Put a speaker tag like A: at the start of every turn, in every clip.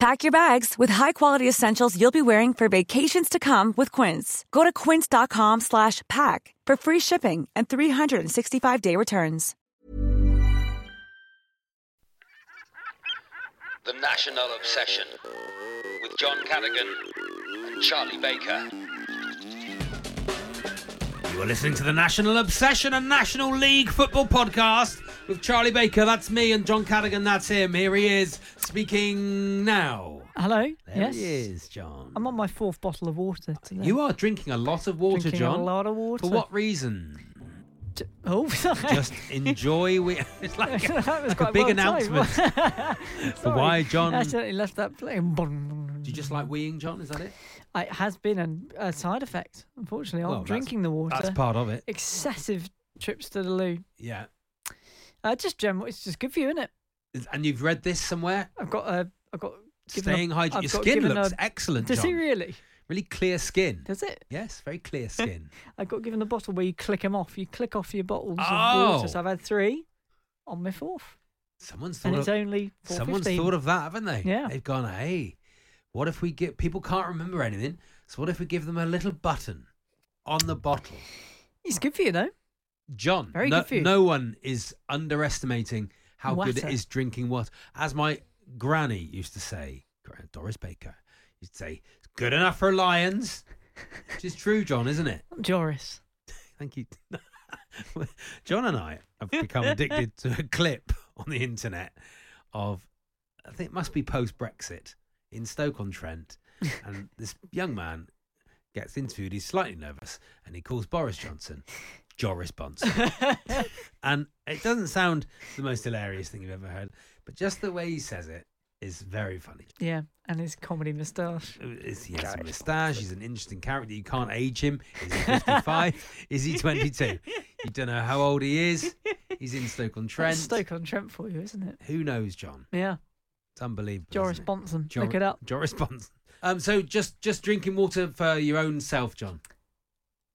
A: Pack your bags with high-quality essentials you'll be wearing for vacations to come with Quince. Go to quince.com slash pack for free shipping and 365-day returns.
B: The National Obsession with John Cadogan and Charlie Baker.
C: You are listening to the National Obsession and National League Football Podcast with Charlie Baker, that's me, and John Cadogan, that's him. Here he is, speaking now.
D: Hello.
C: There
D: yes.
C: he is, John.
D: I'm on my fourth bottle of water today.
C: You are drinking a lot of water,
D: Drinking a
C: John.
D: lot of water.
C: For what reason?
D: D- Oh,
C: Just enjoy. We- it's like, a-
D: that was
C: like
D: quite
C: a big
D: well
C: announcement.
D: timed.
C: for why John.
D: I
C: Do
D: accidentally left that playing.
C: you just like weeing, John? Is that it?
D: It has been an, a side effect, unfortunately. I'm
C: Well, that's-
D: drinking the water.
C: That's part of it.
D: Excessive trips to the loo.
C: Yeah.
D: Uh, just general, it's just good for you, isn't it?
C: Is- And you've read this somewhere?
D: I've got a, I've got given
C: Staying
D: a,
C: hydrated.
D: I've
C: Your
D: got
C: skin
D: given
C: looks
D: a,
C: excellent,
D: Does
C: John.
D: it really?
C: Really clear skin.
D: Does it?
C: Yes, very clear skin.
D: I got given a bottle where you click them off. You click off your bottles of
C: Oh.
D: water. So I've had three on my fourth,
C: Someone's thought
D: and
C: of,
D: it's only four
C: someone's thought of that, haven't they?
D: Yeah.
C: They've gone, hey, what if we get people can't remember anything? So what if we give them a little button on the bottle?
D: It's good for you, though.
C: John,
D: Very
C: no,
D: good for you.
C: no one is underestimating how good it
D: Water.
C: is drinking water. As my granny used to say, Gran- Doris Baker used to say, it's good enough for lions. Which is true, John, isn't it?
D: Joris.
C: Thank you. John and I have become addicted to a clip on the internet of, I think it must be post Brexit in Stoke on Trent. And this young man gets interviewed. He's slightly nervous and he calls Boris Johnson Joris Bonson. and it doesn't sound the most hilarious thing you've ever heard, but just the way he says it is very funny.
D: Yeah, and his comedy moustache.
C: Uh, Is he has a moustache. He's an interesting character. You can't age him. Is he 55? is he 22? You don't know how old he is. He's in Stoke on Trent.
D: That's Stoke on Trent for you, isn't it?
C: Who knows, John?
D: Yeah,
C: It's unbelievable.
D: Joris
C: isn't it?
D: Bonson.
C: Jor-
D: Look it up.
C: Joris Bonson. Um, so just just drinking water for your own self, John.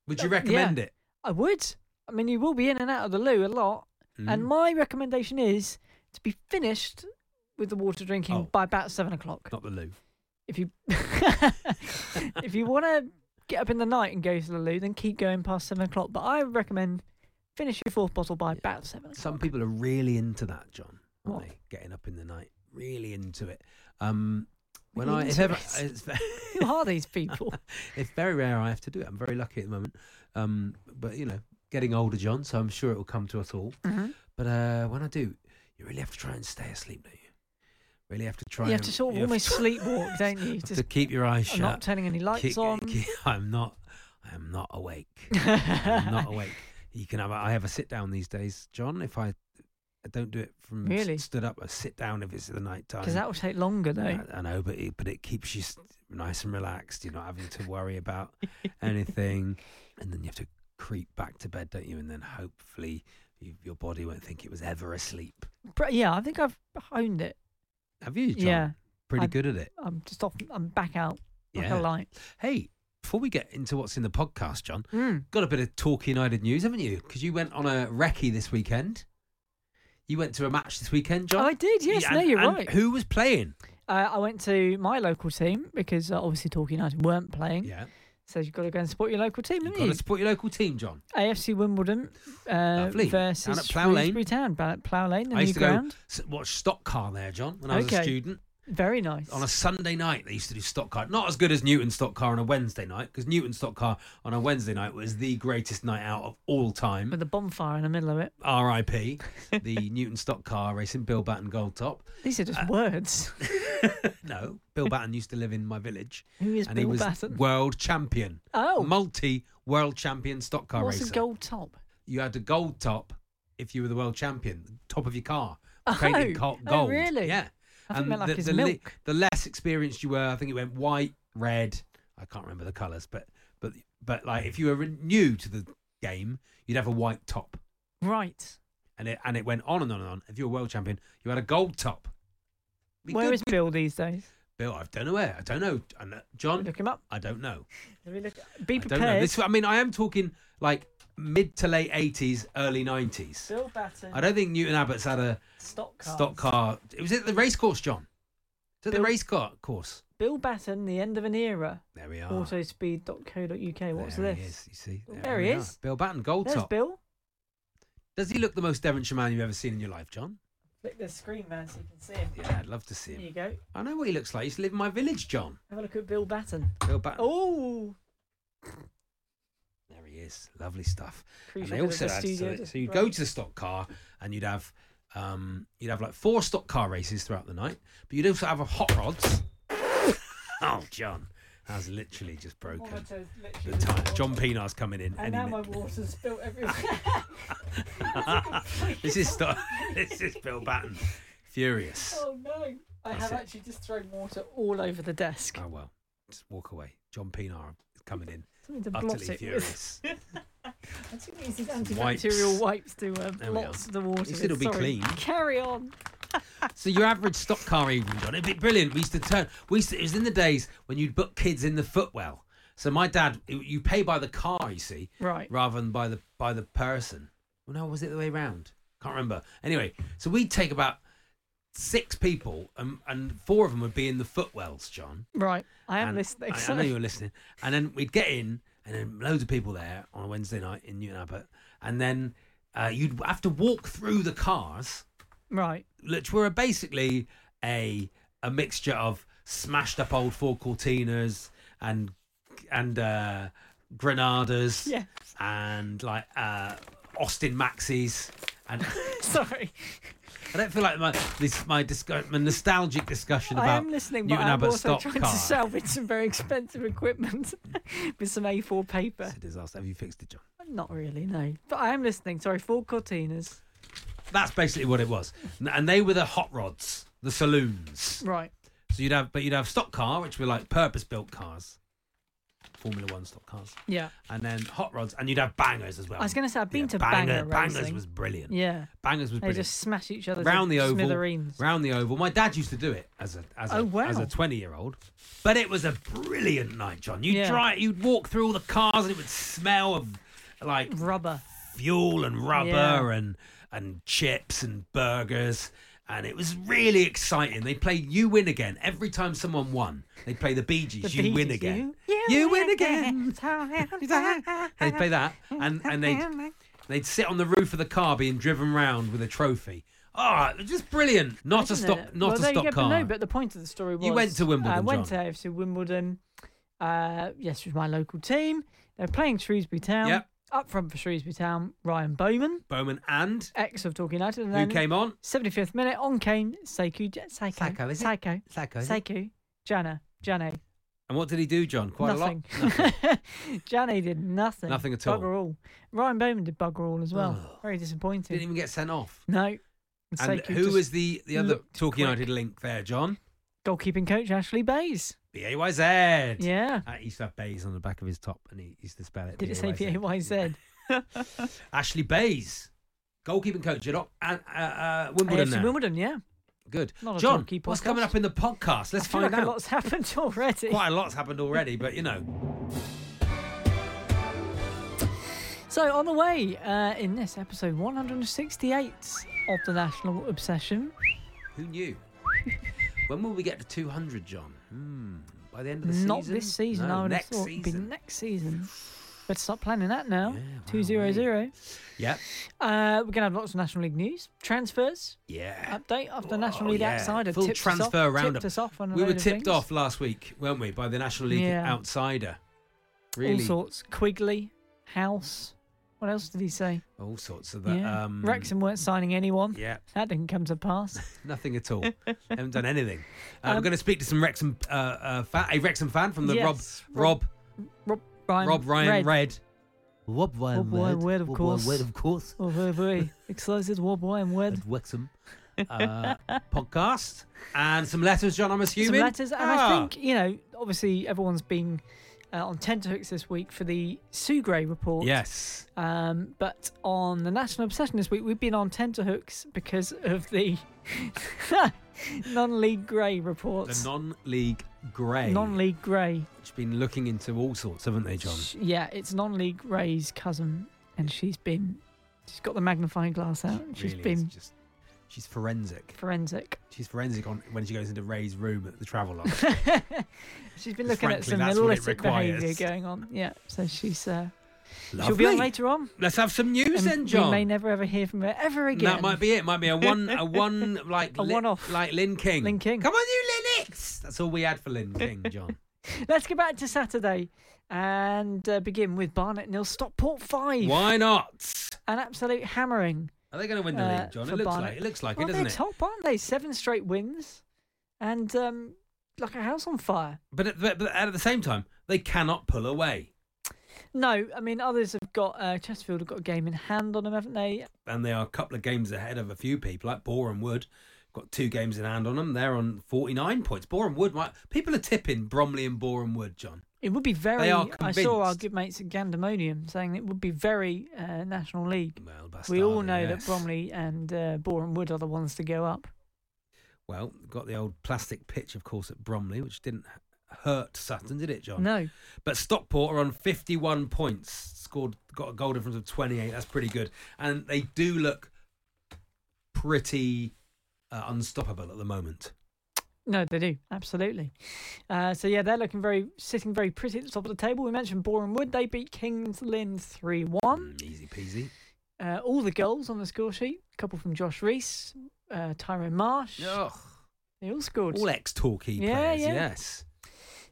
C: Would you
D: Uh, yeah.
C: recommend it?
D: I would. I mean, you will be in and out of the loo a lot,
C: Mm.
D: and my recommendation is to be finished with the water drinking
C: Oh.
D: by about seven o'clock.
C: Not the loo.
D: If you if you want to get up in the night and go to the loo, then keep going past seven o'clock. But I recommend finish your fourth bottle by about seven.
C: Some people are really into that, John. Aren't
D: What?
C: they? Getting up in the night, really into it. Um, when
D: Really
C: I, if
D: into
C: ever,
D: it.
C: it's, ve-
D: Who are these people?
C: it's very rare I have to do it. I'm very lucky at the moment. Um, but you know, getting older, John. So I'm sure it will come to us all.
D: Mm-hmm.
C: But uh, when I do, you really have to try and stay asleep, don't you? Really have to try.
D: You have
C: and-
D: to sort of
C: you have
D: almost
C: to-
D: sleepwalk, don't you?
C: have to
D: Just-
C: keep your eyes shut.
D: I'm not turning any lights
C: Keep-
D: on.
C: keep- I'm not. I'm not awake. I'm not awake. You can have. A, I have a sit down these days, John. If I, I don't do it from s-
D: Really?
C: stood up, I sit down if it's at the night time.
D: Because that will take longer, though.
C: I, I know, but it, but it keeps you s- nice and relaxed. You're not having to worry about anything, and then you have to creep back to bed, don't you? And then hopefully you, your body won't think it was ever asleep.
D: But yeah, I think I've honed it.
C: Have you, John?
D: Yeah.
C: pretty
D: I-
C: good at it.
D: I'm just off. I'm back out like
C: Yeah.
D: a light.
C: Hey, before we get into what's in the podcast, John, got a bit of Talk United news, haven't you? Because you went on a recce this weekend. You went to a match this weekend, John.
D: I did, yes,
C: Yeah,
D: no,
C: and-
D: you're
C: and
D: right.
C: Who was playing?
D: Uh, I went to my local team because uh, obviously Talk United weren't playing.
C: Yeah,
D: So you've got to go and support your local team,
C: you've
D: haven't
C: got
D: you?
C: to support your local team, John.
D: AFC Wimbledon uh,
C: Lovely. Down
D: versus
C: at Plough Lane.
D: Shrewsbury Town, down at Plough Lane, the
C: I
D: new
C: used to go
D: ground.
C: s- watch stock car there, John, when I was a
D: Okay.
C: student.
D: Very nice.
C: On a Sunday night, they used to do stock car. Not as good as Newton stock car on a Wednesday night, because Newton stock car on a Wednesday night was the greatest night out of all time.
D: With a bonfire in the middle of it.
C: R.I.P. the Newton stock car racing, Bill Batten Gold Top.
D: These are
C: Uh,
D: just words.
C: no, Bill Batten used to live in my village.
D: Who is
C: and he
D: Bill
C: was
D: Batten?
C: world champion.
D: Oh.
C: multi world champion stock car
D: What's
C: racer.
D: a gold top?
C: You had a gold top if you were the world champion, top of your car,
D: Oh,
C: painted co-
D: oh,
C: gold.
D: really?
C: Yeah.
D: I think it meant like his
C: the, li-
D: milk.
C: the less experienced you were, I think it went white, red. I can't remember the colours, but but but like if you were new to the game, you'd have a white top,
D: Right.
C: and it and it went on and on and on. If you were world champion, you had a gold top. Be
D: Where
C: good
D: is Bill these days?
C: Bill, I don't know where. I don't know. I know- John,
D: Look him up.
C: I don't know.
D: Let me look. Be
C: I don't know.
D: prepared.
C: This, I mean, I am talking like mid to late 80s, early 90s.
D: Bill Batten.
C: I don't think Newton Abbott's had a
D: Stock car.
C: stock car. It was at the race course, John. It's at the
D: Bill-
C: race car course.
D: Bill Batten, the end of an era.
C: There we are.
D: Autospeed.co.uk. What's
C: Ah. there
D: this?
C: He is, you see.
D: There he
C: we are.
D: is.
C: Bill Batten, gold
D: There's
C: top.
D: Bill.
C: Does he look the most Devonshire man you've ever seen in your life, John?
D: Click the screen, man, so you can see him.
C: Yeah, I'd love to see
D: There you
C: him.
D: go.
C: I know what he looks like. He used to live in my village, John.
D: Have a look at Bill Batten.
C: Bill Batten.
D: Oh,
C: There he is. Lovely stuff.
D: Pretty
C: and
D: sure
C: they
D: it was
C: also
D: the
C: had, so,
D: studio
C: that-
D: just
C: so you'd go
D: right.
C: to the stock car and you'd have um, you'd have like four stock car races throughout the night, but you'd also have a hot rods. oh, John, that's literally just broken. The time. John Pienaar's coming in
D: And
C: any
D: now my
C: minute. Ah,
D: water's spilled everywhere.
C: this is sto- this is Bill Batten, furious.
D: oh no! I
C: That's
D: have
C: it.
D: actually just thrown water all over the desk.
C: Oh well, just walk away. John Pienaar is coming in,
D: Something to blot
C: utterly
D: it with.
C: furious.
D: I think these
C: Wipes.
D: antibacterial wipes to uh,
C: There we are.
D: blot the water.
C: At least
D: with.
C: it'll be
D: Sorry.
C: clean.
D: Carry on.
C: So your average stock car evening, John, it'd be brilliant. We used to turn. We used to, it was in the days when you'd book kids in the footwell. So my dad, you pay by the car, you see,
D: Right.
C: rather than by the by the person. Well, no, was it the way round? Can't remember. Anyway, so we'd take about six people, and and four of them would be in the footwells, John.
D: Right. I am
C: And
D: listening.
C: I, I know
D: sorry.
C: you were listening. And then we'd get in, and then loads of people there on a Wednesday night in Newton Abbott, and then uh, you'd have to walk through the cars
D: Right.
C: which were basically a a mixture of smashed up old four cortinas and and uh granadas
D: Yeah.
C: and like uh austin maxis and
D: Sorry.
C: i don't feel like my this my, discu- my nostalgic discussion
D: I
C: about
D: am listening, but
C: newton
D: I'm
C: abbott
D: also
C: stock
D: trying
C: car
D: to salvage some very expensive equipment with some A4 paper.
C: it's a disaster have you fixed it john
D: Not really, no. But I am listening. Sorry, four cortinas.
C: that's basically what it was and they were the hot rods the saloons
D: Right.
C: so you'd have but you'd have stock car which were like purpose built cars formula one stock cars
D: Yeah.
C: and then hot rods, and you'd have bangers as well.
D: I was gonna say, I've been to banger
C: Bangers
D: racing.
C: was brilliant.
D: Yeah.
C: Bangers was
D: They
C: brilliant.
D: just smash each other
C: round
D: to
C: the oval,
D: smithereens.
C: round the oval. My dad used to do it as a as a
D: Oh, wow.
C: as a twenty year old, but it was a brilliant night, John. You'd
D: Yeah.
C: drive, you'd walk through all the cars, and it would smell of like
D: Rubber.
C: fuel and rubber
D: Yeah.
C: and and chips and burgers. And it was really exciting. They played "You Win Again" every time someone won. They would play the Bee Gees,
D: The
C: "You
D: Bee
C: Win
D: Gees,
C: Again,"
D: You,
C: win again. they'd play that, and and they'd they'd sit on the roof of the car being driven round with a trophy. Oh, it was just brilliant! Not a
D: Isn't
C: stop,
D: it?
C: not
D: well,
C: a
D: there
C: stop
D: you go,
C: car.
D: But no, but the point of the story was uh,
C: You went to Wimbledon,
D: I went
C: John.
D: to AFC Wimbledon. Uh, yes, with my local team. They're playing Shrewsbury Town.
C: Yep.
D: Up front for Shrewsbury Town, Ryan Bowman,
C: Bowman and
D: ex of Talk United, and
C: who
D: then
C: came on?
D: 75th minute on Kane, Seiku, J- Seiko,
C: Sacco, is it?
D: Seiko,
C: Sacco, is it?
D: Seiku, Jana, Jane,
C: And what did he do, John? Quite
D: nothing.
C: a lot. Nothing.
D: Jane did nothing.
C: Nothing at all.
D: Bugger all. Ryan Bowman did bugger all as well.
C: Oh.
D: Very disappointing.
C: Didn't even get sent off.
D: No. And
C: And
D: Seiku
C: who
D: just-
C: was the the other
D: looked
C: Talk
D: quick.
C: United link there, John?
D: goalkeeping coach Ashley Bays?
C: B A Y Z.
D: Yeah.
C: Uh, he used to have Bays on the back of his top, and he used to spell it.
D: Did it say
C: B A Y Z?
D: PAYZ?
C: Ashley Bays, goalkeeping coach at O- at uh, uh, Wimbledon.
D: AFC
C: now.
D: Wimbledon, yeah.
C: Good.
D: Not a
C: John,
D: donkey
C: what's
D: podcast.
C: coming up in the podcast? Let's
D: I feel
C: find
D: like
C: out.
D: A lot's happened already.
C: Quite a lot's happened already, but you know,
D: So, on the way uh, in this episode 168 of The National Obsession,
C: Who knew? when will we get to 200, John? Hmm. By the end of the
D: not
C: season?
D: this season,
C: No,
D: I would have
C: next
D: thought it'd be
C: season.
D: next season. Better start planning that now.
C: Yeah, wow,
D: 200.
C: Yep.
D: Uh, we're going to have lots of National League news, transfers,
C: Yeah.
D: update after
C: Oh,
D: National League
C: yeah.
D: Outsider.
C: Full
D: tipped
C: transfer
D: us off,
C: roundup.
D: Tipped us off on a
C: we were
D: load of
C: tipped
D: things.
C: off last week, weren't we, by the National League
D: Yeah.
C: outsider? Really,
D: All sorts. Quigley, House. What else did he say?
C: all sorts of that.
D: yeah.
C: Um,
D: Wrexham weren't signing anyone.
C: Yeah,
D: That didn't come to pass.
C: nothing at all. haven't done anything. Uh, we're
D: Um,
C: going to speak to some Wrexham, uh, uh, fan, a Wrexham fan from the
D: Yes,
C: Rob,
D: Rob- Rob Ryan.
C: Rob, Rob Ryan Red.
D: Red.
C: Rob
D: Rob Ryan Red, of course.
C: course.
D: Oh, very, very excited. Rob Ryan Red.
C: at Wrexham uh, podcast and some letters, John. I'm assuming
D: Some letters, and
C: Ah,
D: I think you know. Obviously, everyone's been uh, on tenterhooks this week for the Sugray report.
C: yes,
D: Um, but on the National Obsession this week, we've been on tenterhooks because of the non-league grey
C: the
D: reports.
C: non-league grey.
D: non-league grey.
C: It's been looking into all sorts, haven't they, John?
D: Sh- Yeah, it's non-league grey's cousin, and she's been. She's got the magnifying glass out. and She's
C: Really, it's
D: been
C: just she's forensic.
D: forensic.
C: She's forensic on when she goes into Ray's room at the travel lodge.
D: she's been looking
C: Frankly,
D: at
C: that's
D: some
C: what it
D: illicit behaviour
C: requires.
D: going on. Yeah, so she's uh, she'll be on
C: Lovely.
D: later on.
C: Let's have some news
D: and
C: then, John.
D: We may never ever hear from her ever again.
C: That might be it. Might be a one, a one like
D: A
C: Lin-
D: one-off.
C: like Lin King.
D: Lin King.
C: Come on, you Linux. That's all we had for Lin King, John.
D: Let's get back to Saturday and uh, begin with Barnet nil Stockport five.
C: Why not?
D: An absolute hammering.
C: Are they going to win the
D: uh,
C: league, John?
D: for
C: It looks
D: Barnet.
C: like it looks like
D: well,
C: it, doesn't
D: they're
C: it?
D: top, aren't they? Seven straight wins, and um, like a house on fire.
C: But at, but, but at the same time, they cannot pull away,
D: No, I mean others have got uh, Chesterfield have got a game in hand on them, haven't they?
C: and they are a couple of games ahead of a few people like Boreham Wood. Got two games in hand on them. They're on forty-nine points. Boreham Wood, might, people are tipping Bromley and Boreham Wood, John.
D: It would be very.
C: are
D: I saw our
C: convinced.
D: good mates at Gandemonium saying it would be very uh, National League.
C: Well,
D: we all
C: Bastardi,
D: know that
C: yes.
D: Bromley and uh, Boreham Wood are the ones to go up.
C: Well, got the old plastic pitch, of course, at Bromley, which didn't hurt Sutton, did it, John?
D: No,
C: But Stockport are on 51 points, scored, got a goal difference of 28. That's pretty good, and they do look pretty uh, unstoppable at the moment.
D: no, they do absolutely. Uh, so yeah, they're looking very, sitting very pretty at the top of the table. We mentioned Boreham Wood; they beat Kings Lynn three one.
C: Mm, easy peasy.
D: Uh, all the goals on the score sheet. A couple from Josh Reese, uh, Tyrone Marsh. They all scored.
C: All ex talkie
D: Yeah,
C: players,
D: yeah.
C: yes.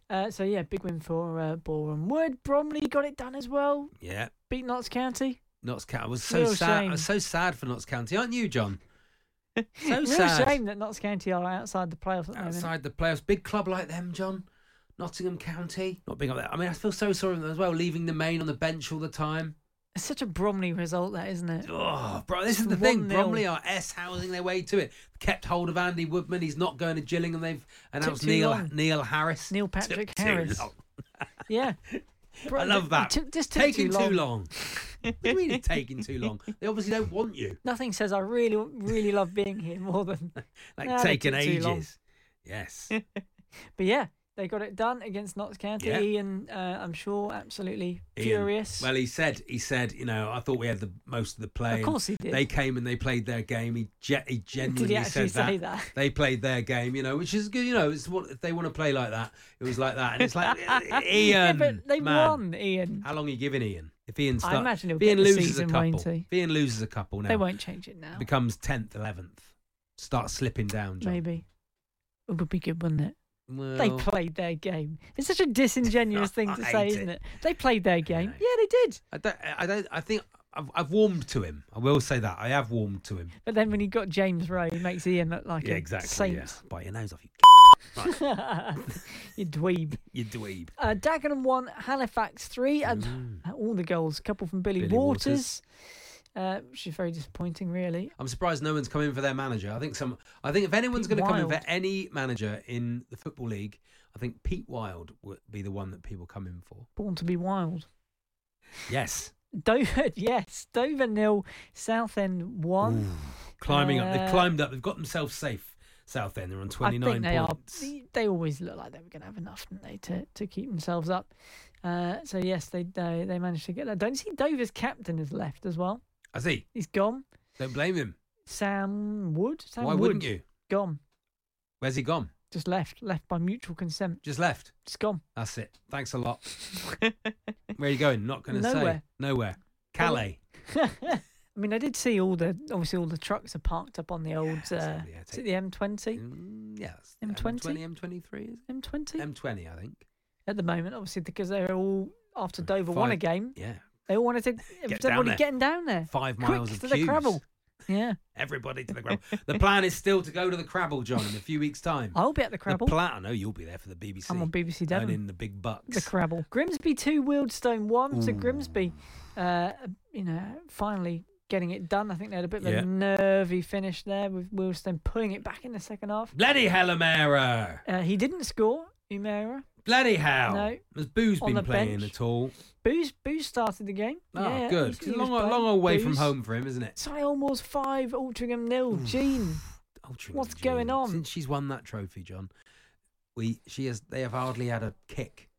D: Uh, so yeah, big win for uh, Boreham Wood. Bromley got it done as well.
C: Yeah.
D: Beat Notts County.
C: Notts County. I was so
D: Real
C: sad.
D: shame.
C: I was so sad for Notts County, aren't you, John? So
D: Real
C: sad.
D: shame that Notts County are outside the playoffs at the moment.
C: Outside the playoffs. Big club like them, John. Nottingham County. Not being up there. I mean, I feel so sorry for them as well, leaving the main on the bench all the time.
D: It's such a Bromley result, that isn't it?
C: Oh, bro, this is
D: It's
C: the thing.
D: 1-0.
C: Bromley are S housing their way to it. Kept hold of Andy Woodman. He's not going to Gillingham. They've announced
D: too
C: Neil
D: long.
C: Neil Harris.
D: Neil
C: Took
D: Patrick
C: too
D: Harris.
C: long.
D: Yeah. Bro-
C: I love that.
D: It took- just took
C: taking
D: too long.
C: what do you mean it's taking too long? They obviously don't want you.
D: Nothing says I really, really love being here more than.
C: Like
D: Nah, they
C: taking
D: took too long.
C: ages. Yes.
D: But yeah, they got it done against Notts County.
C: Yeah.
D: Ian, uh, I'm sure, absolutely
C: Ian.
D: furious.
C: Well, he said, he said, you know, I thought we had the most of the play.
D: Of course he did.
C: They came and they played their game. He, ge- he genuinely
D: actually
C: said that.
D: say that?
C: They played their game, you know, which is good. You know, it's what if they want to play like that. It was like that, and it's like uh, Ian.
D: yeah, but they
C: man.
D: won, Ian.
C: How long are you giving Ian? If Ian
D: I
C: starts,
D: imagine he'll
C: if Ian
D: get the
C: loses
D: season,
C: a couple,
D: won't he?
C: if Ian loses a couple now,
D: They won't change it now.
C: becomes tenth, eleventh, starts slipping down. John.
D: Maybe. It would be good, wouldn't it?
C: Well,
D: They played their game. It's such a disingenuous thing to
C: I
D: say,
C: hate
D: isn't
C: it.
D: it? They played their game.
C: know.
D: Yeah, they did.
C: I don't. I don't. I think I've, I've warmed to him. I will say that I have warmed to him.
D: But then when he got James Rowe, he makes Ian look like
C: yeah,
D: a
C: exactly. Yeah.
D: saint.
C: Bite your nose off, you
D: you dweeb.
C: you dweeb.
D: Uh, Dagenham won, Halifax three, and uh, all the goals. A couple from Billy,
C: Mm. Billy Waters.
D: Waters, uh, which is very disappointing, really.
C: I'm surprised no one's come in for their manager. I think some. I think if anyone's going to come in for
D: Wild.
C: any manager in the football league, I think Pete Wild would be the one that people come in for.
D: Born to be wild.
C: Yes,
D: Dover, yes, Dover nil, Southend one.
C: climbing up. They've
D: Uh,
C: climbed up. They've got themselves safe. South End. They're on
D: I
C: 29
D: think they
C: points.
D: are. They always look like they were going to have enough, didn't they, to, to keep themselves up. Uh, so yes, they, they they managed to get that. Don't see Dover's captain has left as well.
C: I see.
D: He's gone.
C: Don't blame him.
D: Sam Wood. Sam
C: Why
D: Wood,
C: wouldn't you?
D: Gone.
C: Where's he gone?
D: Just left. Left by mutual consent.
C: Just left.
D: Just gone.
C: That's it. Thanks a lot. Where are you going? Not going to say.
D: Nowhere. Oh,
C: Nowhere. Calais.
D: I mean, I did see all the obviously all the trucks are parked up on the old.
C: it's
D: uh,
C: over the
D: is it the M20?
C: Mm, yeah. that's
D: M20?
C: M23, is
D: M20
C: it? M20, I think.
D: at the moment, obviously because they're all after Dover won a
C: Five-
D: game.
C: Yeah.
D: They all wanted to. it was
C: down
D: everybody
C: there.
D: getting down there.
C: Five
D: Quick
C: miles of
D: to the
C: queues.
D: Crabble. Yeah,
C: Everybody to the Crabble. the plan is still to go to the Crabble, John, in a few weeks' time.
D: I'll be at the
C: The
D: Crabble.
C: plan. I know you'll be there for the BBC.
D: I'm on BBC Devon.
C: Earning the big bucks.
D: the Crabble. Grimsby two, Wildstone one. So
C: Ooh.
D: Grimsby, uh, you know, finally getting it done. I think they had a bit of
C: Yeah.
D: a nervy finish there with Wildstone pulling it back in the second half.
C: Bloody hell, Amara.
D: Uh, he didn't score, Umera.
C: Bloody hell.
D: No.
C: Has Boo's
D: On
C: been
D: the
C: playing
D: bench.
C: at all?
D: Booze, Booze started the game.
C: Oh,
D: yeah,
C: good.
D: he's-
C: It's
D: he
C: a
D: was
C: long, long,
D: playing.
C: old way from
D: Booze.
C: home for him, isn't it?
D: Si Elmore's five, Altrincham nil. Gene,
C: Ultra
D: What's
C: Jean.
D: going on?
C: Since she's won that trophy, John, we she has they have hardly had a kick.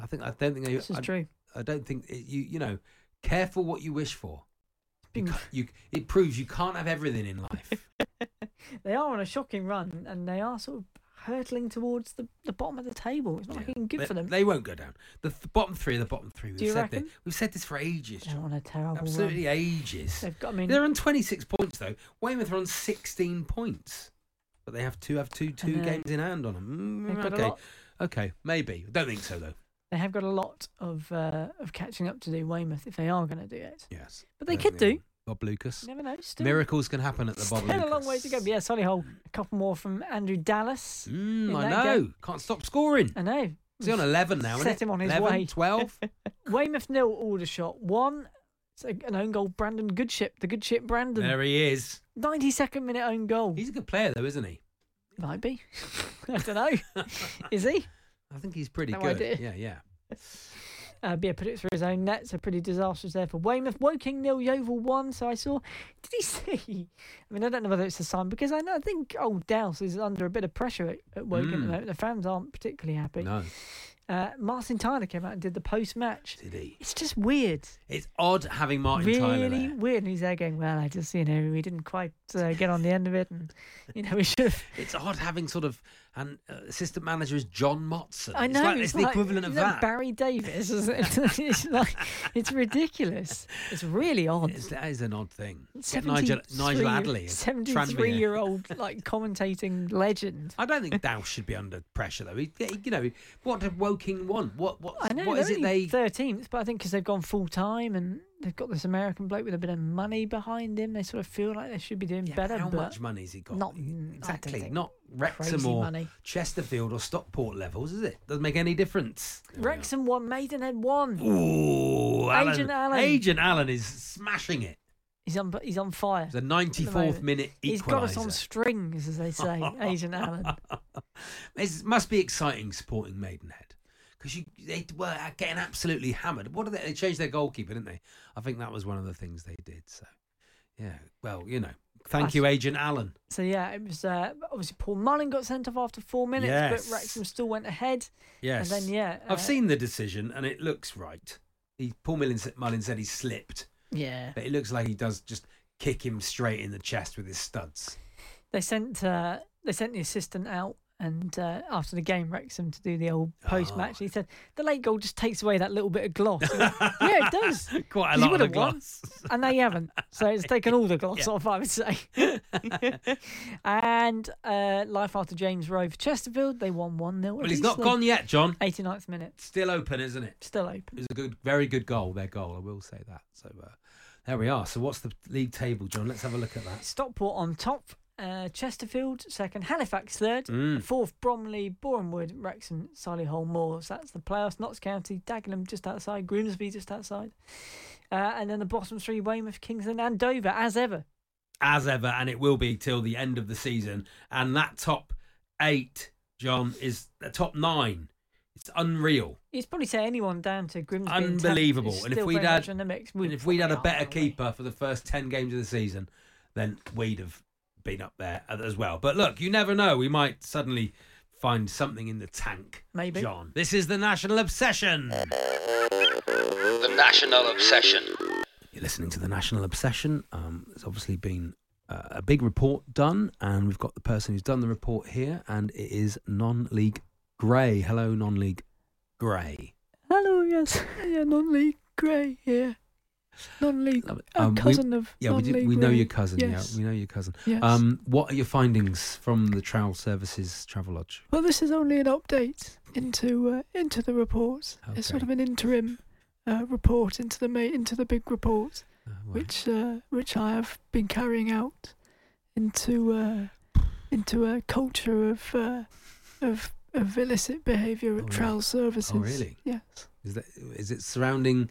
C: I think I don't think they.
D: this is
C: I,
D: true.
C: I don't think it, you you know. Careful what you wish for. You,
D: Been-
C: ca- you it proves you can't have everything in life.
D: They are on a shocking run, and they are sort of hurtling towards the, the bottom of the table. It's not looking good
C: they,
D: for them.
C: They won't go down. The, th- bottom three, are the bottom three. We've
D: you
C: said
D: reckon?
C: this. We've said this for ages.
D: They're
C: John.
D: on a terrible
C: Absolutely
D: run.
C: ages.
D: They've got. I mean,
C: They're on 26 points though. Weymouth are on 16 points, but they have two have two two
D: know.
C: games in hand on them.
D: They've got a
C: okay,
D: lot.
C: okay, maybe. I don't think so though.
D: they have got a lot of uh, of catching up to do. Weymouth, if they are going to do it,
C: Yes,
D: But they
C: I
D: could
C: think will.
D: do.
C: Bob Lucas.
D: you never know. Still,
C: Miracles can happen at the
D: still
C: Bob
D: a
C: Lucas.
D: long way to go. But yeah, Solihull, a couple more from Andrew Dallas.
C: Mm,
D: in
C: I
D: that
C: know.
D: game.
C: Can't stop scoring.
D: I know.
C: He's on 11 now, isn't
D: Set him on his
C: 11,
D: way.
C: 12.
D: Weymouth nil, Aldershot one. It's a- an own goal. Brandon Goodship, the Oh. good ship Brandon,
C: there he is.
D: ninety second minute own goal.
C: He's a good player though, isn't he?
D: Might be. I don't know. Is he?
C: I think he's pretty
D: No
C: good.
D: idea.
C: Yeah, yeah.
D: Uh, but yeah, put it through his own net. So pretty disastrous there for Weymouth. Woking nil, Yeovil one. So I saw. Did he see? I mean, I don't know whether it's a sign because I know I think old Douse is under a bit of pressure at, at Woking at
C: Mm.
D: the moment. The fans aren't particularly happy.
C: No,
D: Uh, Martin Tyler came out and did the post match.
C: did he?
D: It's just weird.
C: It's odd having Martin Tyler
D: really
C: there.
D: weird. And he's there going, well, I just, you know, we didn't quite uh, get on the end of it. And, you know, we should have.
C: It's odd having sort of an uh, assistant manager is John Motson.
D: I know.
C: It's, like, it's the
D: like-
C: equivalent of
D: it's like
C: that.
D: Barry Davis. Isn't it? it's, like, it's ridiculous. It's really odd.
C: It's, that is an odd thing. Get
D: 73
C: Nigel, Nigel Adley. and Tranmere.
D: Seventy-three-year-old like commentating legend.
C: I don't think Dow should be under pressure though. He, he- you know, what did Woking want? What what
D: I know
C: what
D: they're
C: is it
D: only
C: they?
D: thirteenth, but I think because they've gone full time and they've got this American bloke with a bit of money behind him, they sort of feel like they should be doing
C: Yeah, but
D: better.
C: how
D: but
C: much money's he got?
D: not- I don't
C: exactly.
D: think
C: Not Wrexham
D: crazy
C: or
D: money.
C: Chesterfield or Stockport levels, is it? Doesn't make any difference.
D: Wrexham won, Maidenhead won.
C: Ooh, Alan,
D: Agent Allen.
C: Agent Allen is smashing it.
D: He's on. He's on fire.
C: It's the
D: at the
C: 94th
D: moment.
C: minute equaliser.
D: He's got us on strings, as they say, Agent Allen.
C: It must be exciting supporting Maidenhead because you they were getting absolutely hammered. What did they? They changed their goalkeeper, didn't they? I think that was one of the things they did. So, yeah. Well, you know, thank
D: That's-
C: you, Agent Allen.
D: So yeah, it was uh, obviously Paul Mullen got sent off after four minutes,
C: Yes.
D: but Wrexham still went ahead.
C: Yes.
D: then, yeah, uh,
C: I've seen the decision and it looks right. He Paul Mullin said, Mullin said he slipped,
D: Yeah,
C: but it looks like he does just kick him straight in the chest with his studs.
D: they sent uh, they sent the assistant out, and uh, after the game, Wrexham to do the old post match.
C: Oh.
D: He said the late goal just takes away that little bit of gloss. And yeah, it does.
C: Quite a
D: 'Cause you
C: lot of
D: would
C: the
D: have won.
C: gloss.
D: and they haven't. So it's taken all the gloss
C: Yeah.
D: off, I would say. and uh, life after James Rowe for Chesterfield, they won 1 0.
C: well, he's not gone yet, John.
D: 89th minute,
C: Still open, isn't it?
D: still open.
C: It was a good, very good goal. Their goal, I will say that. So uh, there we are. So what's the league table, John? Let's have a look at that.
D: Stockport on top, uh, Chesterfield second, Halifax third,
C: Mm.
D: fourth Bromley, Bournemouth, Wrexham, Solihull, Moors. That's the playoffs. Notts County, Dagenham just outside, Grimsby just outside. Uh, and then the bottom three, Weymouth, Kingsland, and Dover, as ever.
C: As ever, and it will be till the end of the season. And that top eight, John, is the top nine. It's unreal.
D: You'd probably say anyone down to Grimsby. and Tam-
C: Unbelievable.
D: is
C: And if
D: still
C: we'd
D: very
C: had-
D: much in the mix,
C: And if we'd had a
D: probably are,
C: better
D: aren't we?
C: keeper for the first ten games of the season, then we'd have been up there as well. But look, you never know. We might suddenly find something in the tank.
E: Maybe.
C: John. This is the national obsession.
B: The National Obsession.
C: You're listening to the National Obsession. Um, there's obviously been uh, a big report done, and we've got the person who's done the report here, and it is non-league grey. Hello, non-league grey.
E: Hello, yes. Yeah, non-league grey here. Non-league.
C: Love it.
E: a
C: Um, we-
E: Oh, cousin of
C: Yeah, we, do,
E: non-league
C: we know your
E: Grey.
C: cousin.
E: Yes.
C: Yeah, we know your cousin.
E: Yes.
C: Um, what are your findings from the Travel Services Travel Lodge?
E: Well, this is only an update into uh, into the report. It's sort
C: Okay.
E: of an interim uh, report into the ma- into the big report,
C: Uh, right.
E: which uh, which I have been carrying out into uh, into a culture of uh, of of illicit behaviour at
C: Oh, yeah.
E: trial services.
C: really?
E: Yes.
C: Is that is it surrounding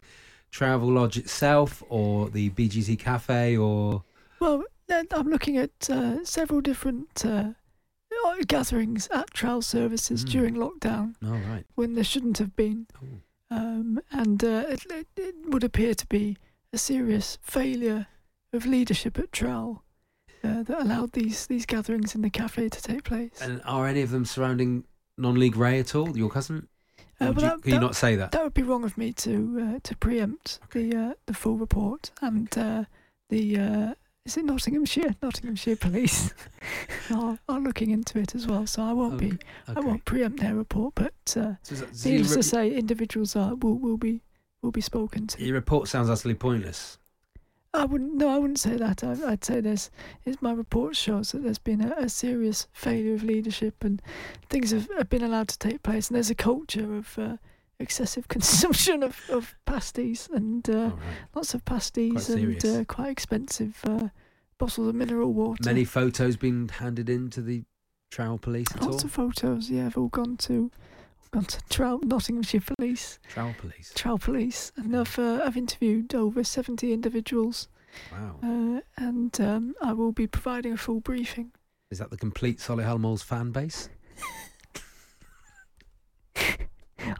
C: Travel Lodge itself, or the BGT Cafe, or
E: Well, then I'm looking at uh, several different uh, gatherings at trial services
C: Mm.
E: during lockdown
C: no? right.
E: when there shouldn't have been.
C: Oh.
E: um, and uh, it, it, it would appear to be a serious failure of leadership at Trowell uh, that allowed these these gatherings in the cafe to take place.
C: And are any of them surrounding non-league Ray at all? Your cousin?
E: Uh,
C: Or
E: but
C: do you-
E: that-
C: can you
E: that-
C: not say that?
E: That would be wrong of me to uh, to preempt the uh, the full report and uh, the uh, is it Nottinghamshire Nottinghamshire Police are, are looking into it as well. So I won't be I
C: Okay.
E: won't preempt their report, but uh,
C: So is that- so your,
E: needless to
C: re-
E: say, individuals are will, will be will be spoken to.
C: your report sounds utterly pointless.
E: I wouldn't. No, I wouldn't say that. I, I'd say there's. It's my report shows that there's been a, a serious failure of leadership, and things have, have been allowed to take place. And there's a culture of uh, excessive consumption of, of pasties and uh,
C: All right.
E: lots of pasties
C: Oh, Quite
E: and
C: serious.
E: uh, quite expensive uh, bottles of mineral water.
C: Many photos being handed in to the Trowel Police at
E: lots
C: all?
E: of photos. Yeah, have all gone to gone to Trowell, Nottinghamshire Police,
C: Trowel Police.
E: Trowell Police, and
C: Hmm.
E: I've uh, I've interviewed over seventy individuals.
C: Wow.
E: Uh, and um, I will be providing a full briefing.
C: Is that the complete Solihull Moors fan base?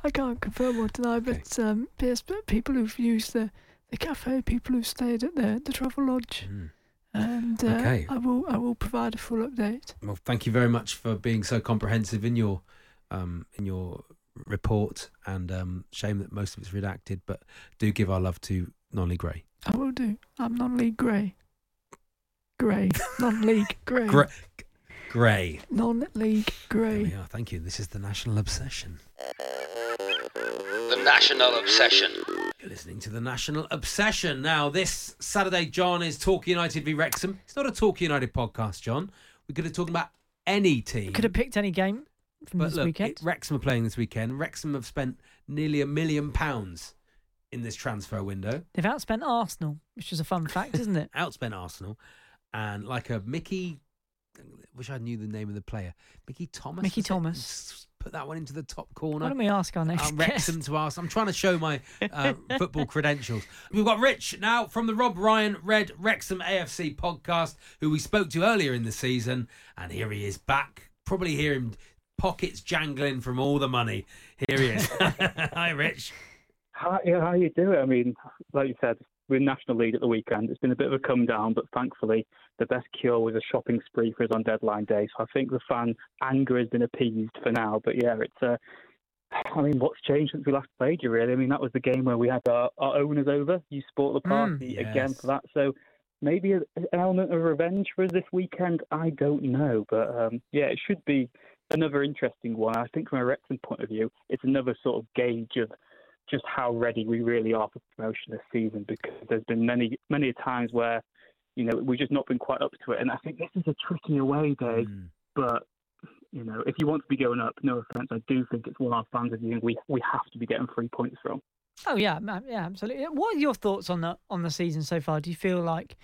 E: I can't confirm or deny,
C: Okay.
E: but um, yes, but people who've used the, the cafe, people who've stayed at the the travel lodge,
C: Mm.
E: and uh,
C: Okay.
E: I will I will provide a full update.
C: Well, thank you very much for being so comprehensive in your um, in your report, and um, shame that most of it's redacted. But do give our love to Nolly Gray.
E: I will do. I'm non-league grey. Grey, non-league grey,
C: Gray. Gray.
E: non-league
C: There we
E: grey.
C: are. Thank you. This is the National Obsession.
B: The National Obsession.
C: You're listening to the National Obsession. Now, this Saturday, John is Talk United v Wrexham. It's not a Talk United podcast, John. We could have talked about any team.
F: Could have picked any game from
C: but
F: this
C: look,
F: weekend.
C: it- Wrexham are playing this weekend. Wrexham have spent nearly a million pounds in this transfer window.
F: They've outspent Arsenal, which is a fun fact, isn't it?
C: Outspent Arsenal, and like a Mickey. Wish I knew the name of the player. Mickey Thomas.
F: Mickey
C: is it?
F: Thomas.
C: S- Put that one into the top corner.
F: Why don't we ask our next
C: Uh,
F: guest?
C: Wrexham to ask. I'm trying to show my uh, football credentials. We've got Rich now from the Rob Ryan Red Wrexham AFC podcast, who we spoke to earlier in the season, and here he is back. Probably hear him pockets jangling from all the money. Here he is. Hi, Rich.
D: How, yeah, how you do it? I mean, like you said, we're in National League at the weekend. It's been a bit of a come down, but thankfully, the best cure was a shopping spree for us on deadline day. So I think the fan anger has been appeased for now. But yeah, it's. Uh, I mean, what's changed since we last played you? Really, I mean, that was the game where we had our, our owners over. You sport the
F: Mm.
D: party again
C: Yes.
D: for that. So maybe a, an element of revenge for us this weekend. I don't know, but um, yeah, it should be another interesting one. I think from a Wrexham point of view, it's another sort of gauge of just how ready we really are for promotion this season because there's been many many times where you know we've just not been quite up to it and I think this is a tricky away day
C: Mm.
D: but you know if you want to be going up no offense I do think it's one our fans are doing we we have to be getting three points from
F: Oh yeah, ma- yeah, absolutely. What are your thoughts on the on the season so far? Do you feel like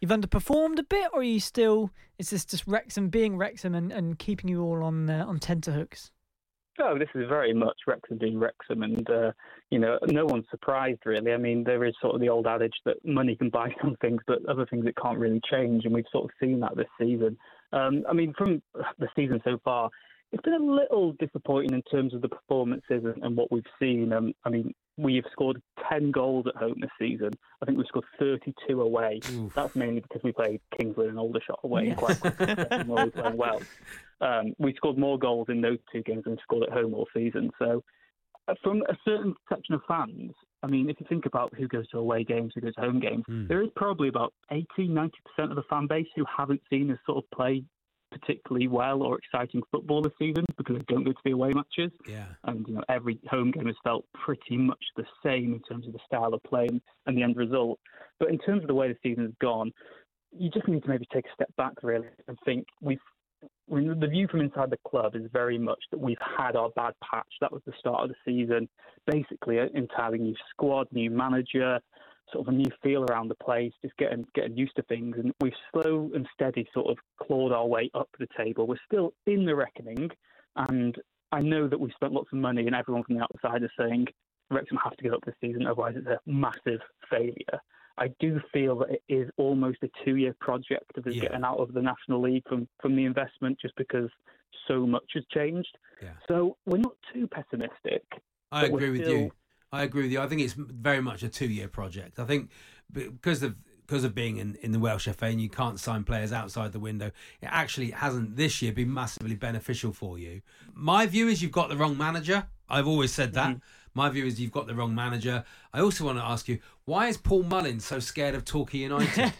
F: you've underperformed a bit, or are you still? Is this just Wrexham being Wrexham and, and keeping you all on uh, on tenterhooks?
D: Oh, this is very much Wrexham being Wrexham, and uh, you know, no one's surprised really. I mean, there is sort of the old adage that money can buy some things, but other things it can't really change, and we've sort of seen that this season. Um, I mean, from the season so far, it's been a little disappointing in terms of the performances and, and what we've seen. Um, I mean, we have scored 10 goals at home this season. I think we've scored 32 away.
C: Oof.
D: That's mainly because we played Kingsland and Aldershot away
A: Yes.
D: quite quickly. and we're always playing well. Um, we scored more goals in those two games than we scored at home all season. So, uh, from a certain section of fans, I mean, if you think about who goes to away games, who goes to home games,
C: Hmm.
D: there is probably about 80, 90% of the fan base who haven't seen us sort of play particularly well or exciting football this season because they don't go to the away matches
C: Yeah.
D: and you know every home game has felt pretty much the same in terms of the style of play and, and the end result. But in terms of the way the season's gone, you just need to maybe take a step back really and think we've. we- The view from inside the club is very much that we've had our bad patch. That was the start of the season. Basically, an entirely new squad, new manager, sort of a new feel around the place, just getting getting used to things. And we've slow and steady sort of clawed our way up the table. We're still in the reckoning, and I know that we've spent lots of money, and everyone from the outside is saying Wrexham have to get up this season, otherwise it's a massive failure. I do feel that it is almost a two-year project of us
C: Yeah.
D: getting out of the National League from from the investment, just because so much has changed.
C: Yeah.
D: So we're not too pessimistic.
C: I
D: but we're
C: agree with you.
D: still-
C: I agree with you. I think it's very much a two-year project. I think because of because of being in, in the Welsh FA and you can't sign players outside the window, it actually hasn't this year been massively beneficial for you. My view is you've got the wrong manager. I've always said that.
D: Mm-hmm.
C: My view is you've got the wrong manager. I also want to ask you why is Paul Mullins so scared of Torquay United?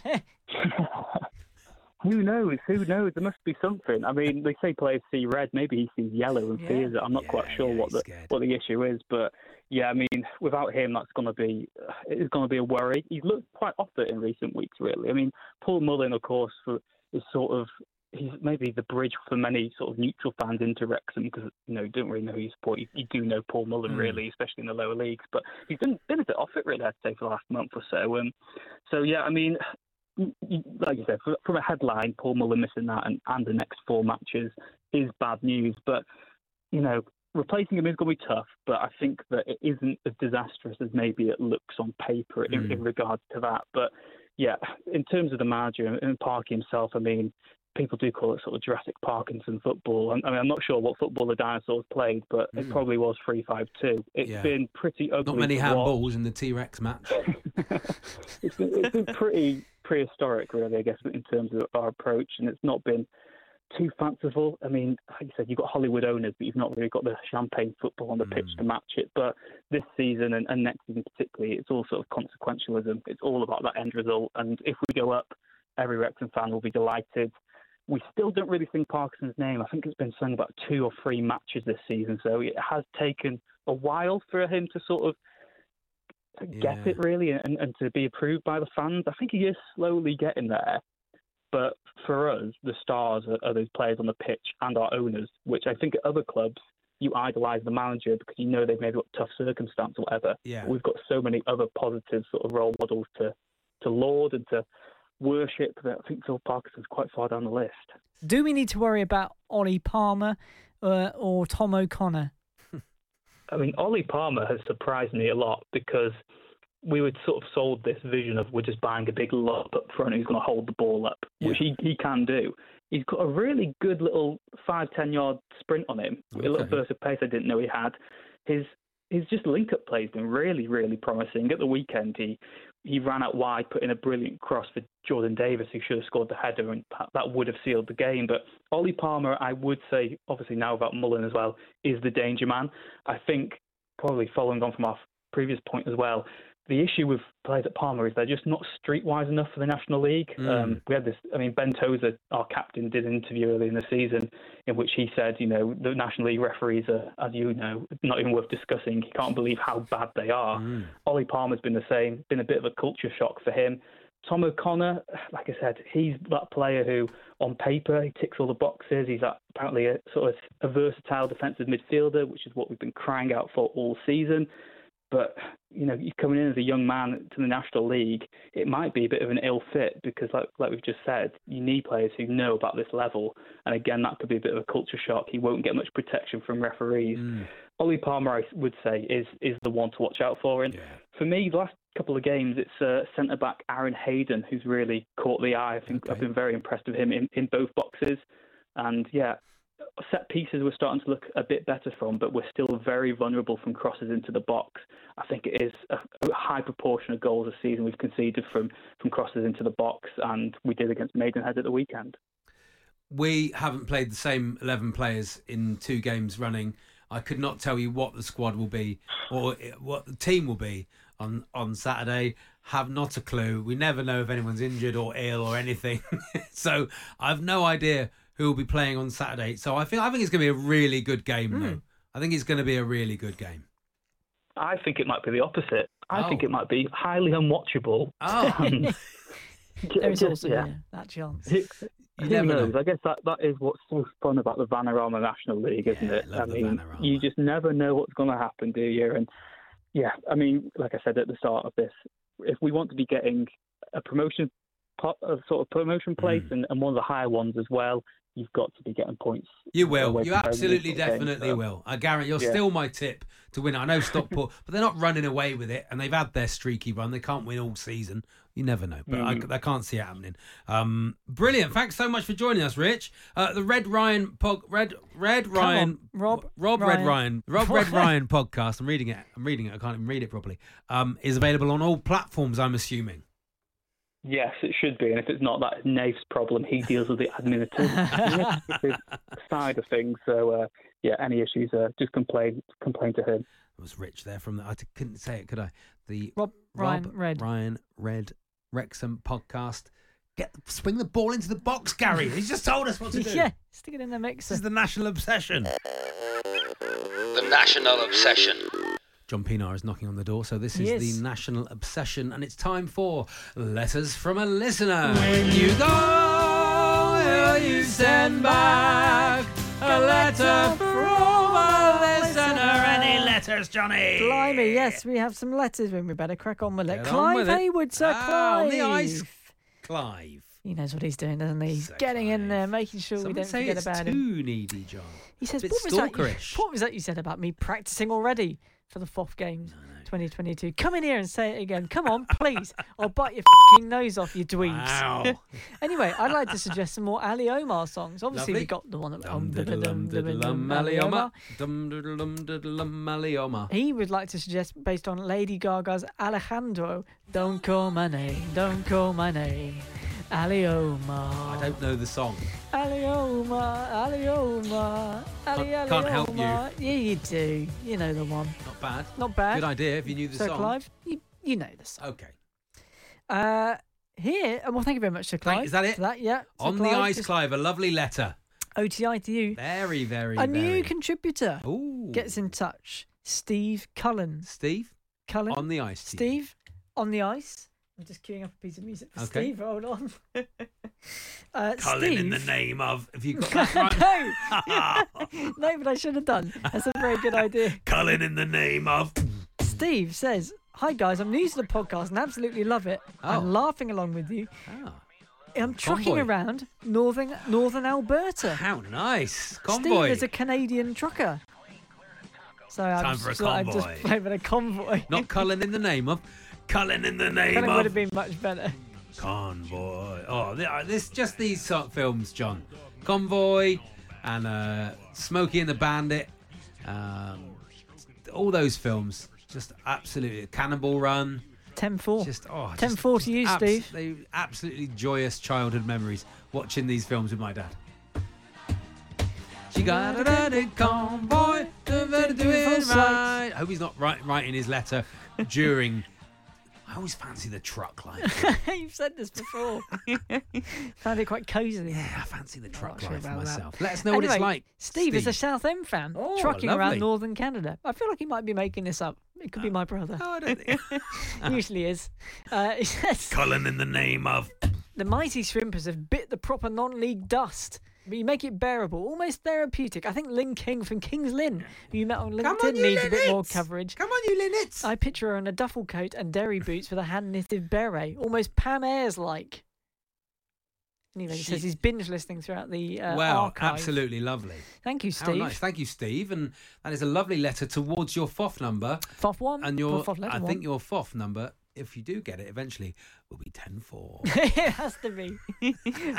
D: Who knows? Who knows? There must be something. I mean, they say players see red. Maybe he sees yellow and
A: Yeah.
D: fears it. I'm not
C: Yeah,
D: quite sure
C: yeah,
D: what
C: he's
D: the
C: scared.
D: what the issue is, but yeah, I mean, without him, that's going to be uh, it's going to be a worry. He's looked quite off it in recent weeks, really. I mean, Paul Mullin, of course, for, is sort of he's maybe the bridge for many sort of neutral fans into Wrexham because you know you don't really know who you support. You, you do know Paul Mullin
C: Mm.
D: really, especially in the lower leagues, but he's been been a bit off it really, I'd say, for the last month or so. Um, so yeah, I mean, you- you- like you said, fr- from a headline, Paul Mullin missing that and, and the next four matches is bad news. But you know, replacing him is going to be tough. But I think that it isn't as disastrous as maybe it looks on paper in,
C: Mm.
D: in regards to that. But yeah, in terms of the manager and Parky himself, I mean, people do call it sort of Jurassic Parkinson football. And, I mean, I'm not sure what football the dinosaurs played, but it
C: Mm.
D: probably was three-five-two. It's
C: Yeah.
D: been pretty ugly.
C: Not many
D: to watch
C: handballs in the T Rex match.
D: it's been, it's been pretty prehistoric, really, I guess, in terms of our approach, and it's not been too fanciful. I mean, like you said, you've got Hollywood owners, but you've not really got the champagne football on the pitch
C: Mm.
D: to match it. But this season and, and next season particularly, it's all sort of consequentialism. It's all about that end result, and if we go up, every Wrexham fan will be delighted. We still don't really sing Parkinson's name. I think it's been sung about two or three matches this season, so it has taken a while for him to sort of get
C: Mm. Yeah.
D: it really and, and to be approved by the fans. I think he is slowly getting there. But for us, the stars are, are those players on the pitch and our owners, which I think at other clubs, you idolise the manager because you know they've maybe got tough circumstance or whatever.
C: Yeah.
D: We've got so many other positive sort of role models to, to laud and to worship that I think Phil Parkinson's quite far down the list.
G: Do we need to worry about Ollie Palmer uh, or Tom O'Connor?
D: I mean, Ollie Palmer has surprised me a lot because we were sort of sold this vision of we're just buying a big lump up front who's going to hold the ball up, which he, he can do. He's got a really good little five ten yard sprint on him, a little
C: Okay.
D: burst of pace I didn't know he had. His his just link up play has been really really promising. At the weekend, he he ran out wide, put in a brilliant cross for Jordan Davis, who should have scored the header, and that- that would have sealed the game. But Ollie Palmer, I would say, obviously now about Mullen as well, is the danger man. I think probably following on from our previous point as well, the issue with players at Palmer is they're just not streetwise enough for the National League.
C: Mm.
D: Um, we had this, I mean, Ben Tozer, our captain, did an interview early in the season in which he said, you know, the National League referees are, as you know, not even worth discussing. He can't believe how bad they are.
C: Mm.
D: Ollie Palmer's been the same, been a bit of a culture shock for him. Tom O'Connor, like I said, he's that player who, on paper, he ticks all the boxes. He's a- apparently a sort of a versatile defensive midfielder, which is what we've been crying out for all season. But you know, you coming in as a young man to the National League, it might be a bit of an ill fit because, like, like we've just said, you need players who know about this level. And again, that could be a bit of a culture shock. He won't get much protection from referees.
C: Mm.
D: Ollie Palmer, I would say, is is the one to watch out for. And
C: Yeah.
D: for me, the last couple of games, it's uh, centre back Aaron Hayden who's really caught the eye. I think
C: Okay.
D: I've been very impressed with him in, in both boxes. And yeah,
E: set pieces we're starting to look a bit better from, but we're still very vulnerable from crosses into the box. I think it is a, a high proportion of goals this season we've conceded from from crosses into the box, and we did against Maidenhead at the weekend.
C: We haven't played the same 11 players in two games running. I could not tell you what the squad will be or what the team will be on, on Saturday. Have not a clue. We never know if anyone's injured or ill or anything. so I've no idea who will be playing on Saturday. So I think I think it's going to be a really good game, mm. though. I think it's going to be a really good game.
E: I think it might be the opposite. I oh. think it might be highly unwatchable.
C: Oh. Um,
D: there is also yeah. that chance.
E: It, you who knows? Know. I guess that, that is what's so fun about the Vanarama National League, isn't
C: yeah,
E: it?
C: I, I
E: mean, Vanarama. you just never know what's going to happen, do you? And yeah, I mean, like I said at the start of this, if we want to be getting a promotion, a sort of promotion
D: Mm-hmm.
C: Hmm.
E: place, mm. and, and one of the higher ones as well, you've got to be getting points.
C: You will. You absolutely, definitely game, so. will. I guarantee you're yeah. still my tip to win. I know Stockport, but they're not running away with it, and they've had their streaky run. They can't win all season. You never know, but mm. I, I, can't see it happening. Um, brilliant. Thanks so much for joining us, Rich. Uh, the Red Ryan Pog, Red Red
D: Come
C: Ryan
D: on, Rob
C: Rob
D: Ryan.
C: Red Ryan Rob Red Ryan podcast. I'm reading it. I'm reading it. I can't even read it properly. Um, is available on all platforms. I'm assuming.
E: Yes, it should be, and if it's not, that's Nave's problem. He deals with the administrative side of things. So, uh, yeah, any issues, uh, just complain complain to him.
C: It was Rich there from the. I couldn't say it, could I? The
D: Rob, Ryan
C: Rob
D: Red
C: Ryan Red Wrexham podcast. Get swing the ball into the box, Gary. He's just told us what to do.
D: Yeah, stick it in the mixer.
C: This is the national obsession.
B: The national obsession.
C: John Pinar is knocking on the door, so this is, is, the national obsession, and it's time for letters from a listener.
H: When you go, will you send back a letter from a listener? Any letters, Johnny?
D: Blimey, yes, we have some letters. When we better crack on with Get it. Clive with Hayward, Sir ah, Clive.
C: On the ice, Clive.
D: He knows what he's doing, doesn't he? He's so getting Clive. in there, making sure
C: Someone
D: we don't forget
C: it's
D: about
C: too
D: him.
C: needy, John.
D: He says,
C: what
D: was, that you, what was that you said about me practicing already? for the fourth games, 2022. Come in here and say it again. Come on, please. I'll bite your fucking nose off, you dweebs.
C: Wow.
D: anyway, I'd like to suggest some more Ali Omar songs. Obviously,
C: Lovely.
D: we got the one that
C: Dum diddle dum diddle dum Ali Omar. Dum diddle dum diddle dum Ali Omar.
D: He would like to suggest, based on Lady Gaga's Alejandro, "Don't Call My Name, Don't Call My Name." Ali Omar.
C: I don't know the song.
D: Ali Omar, Ali Omar, Ali
C: I can't
D: Ali
C: help you.
D: Omar. Uh, Yeah, you do. You know the one.
C: Not bad.
D: Not bad.
C: Good idea if you knew the
D: so
C: song.
D: Clive, you, you know the song.
C: Okay.
D: Uh, here, well, thank you very much, Sir Clive.
C: Thank- is that it?
D: for That, yeah. Sir
C: On the
D: Clive,
C: ice,
D: just
C: Clive, a lovely letter.
D: OTI to you.
C: Very, very, very.
D: A new contributor
C: Ooh.
D: gets in touch. Steve Cullen.
C: Steve,
D: Cullen.
C: on the ice. to you.
D: Steve on the ice. I'm just queuing up a piece of music for
C: Okay.
D: Steve. Hold on. uh,
C: Cullen in the
D: Steve-
C: name of. Have you got that right?
D: no, no, but I should have done. That's a very good idea.
C: Cullen in the name of.
D: Steve says, "Hi guys, I'm new to the podcast and absolutely love it.
C: Oh.
D: I'm laughing along with you.
C: Ah,
D: I'm trucking
C: Convoy.
D: around northern northern Alberta.
C: how nice.
D: Steve
C: Convoy.
D: is a Canadian trucker. So I'm
C: Time
D: just,
C: for a
D: so I'm just
C: convoy.
D: playing with a convoy.
C: Not Cullen in the name of. Cullen in the name
D: That would have
C: of.
D: been much better.
C: Convoy. Oh, th- uh, this just these sort of films, John. Convoy and uh, Smokey and the Bandit. Um, all those films, just absolutely Cannibal Run.
D: 10-4.
C: Just oh, just-
D: 10-4 to you,
C: abs-
D: Steve.
C: They absolutely joyous childhood memories watching these films with my dad. She got a daddy convoy. do it right. I hope he's not write, writing his letter during. I always fancy the truck life.
D: You've said this before. Found it quite cozy.
C: Yeah, I fancy the truck
D: sure
C: life
D: about that.
C: myself. Let us know what it's
D: Anyway,
C: like.
D: Steve, is a South End fan,
C: Oh,
D: trucking around
C: lovely. Ah.
D: northern Canada. I feel like he might be making this up. It could be my brother.
C: No, I don't think.
D: He Usually is. Uh, he says
C: Cullen in the name of.
D: the mighty shrimpers have bit the proper non-league dust. But you make it bearable, almost therapeutic. I think Lynn King from Kings Lynn, who you met on LinkedIn,
C: Come on, you
D: needs a bit more
C: Linnets!
D: coverage.
C: Come on, you Linnets.
D: I picture her in a duffel coat and derry boots with a hand-knitted beret, almost Pam Ayres like. Anyway, he
C: She-
D: says he's binge listening throughout the uh,
C: wow,
D: archive.
C: absolutely lovely.
D: Thank you,
C: How
D: Steve.
C: nice. Thank you, Steve. And that is a lovely letter towards your FOF number
D: Fourth one
C: and your.
D: fourth letter
C: I
D: one.
C: think your FOF number if you do get it eventually, will be 10 4.
D: it has to be.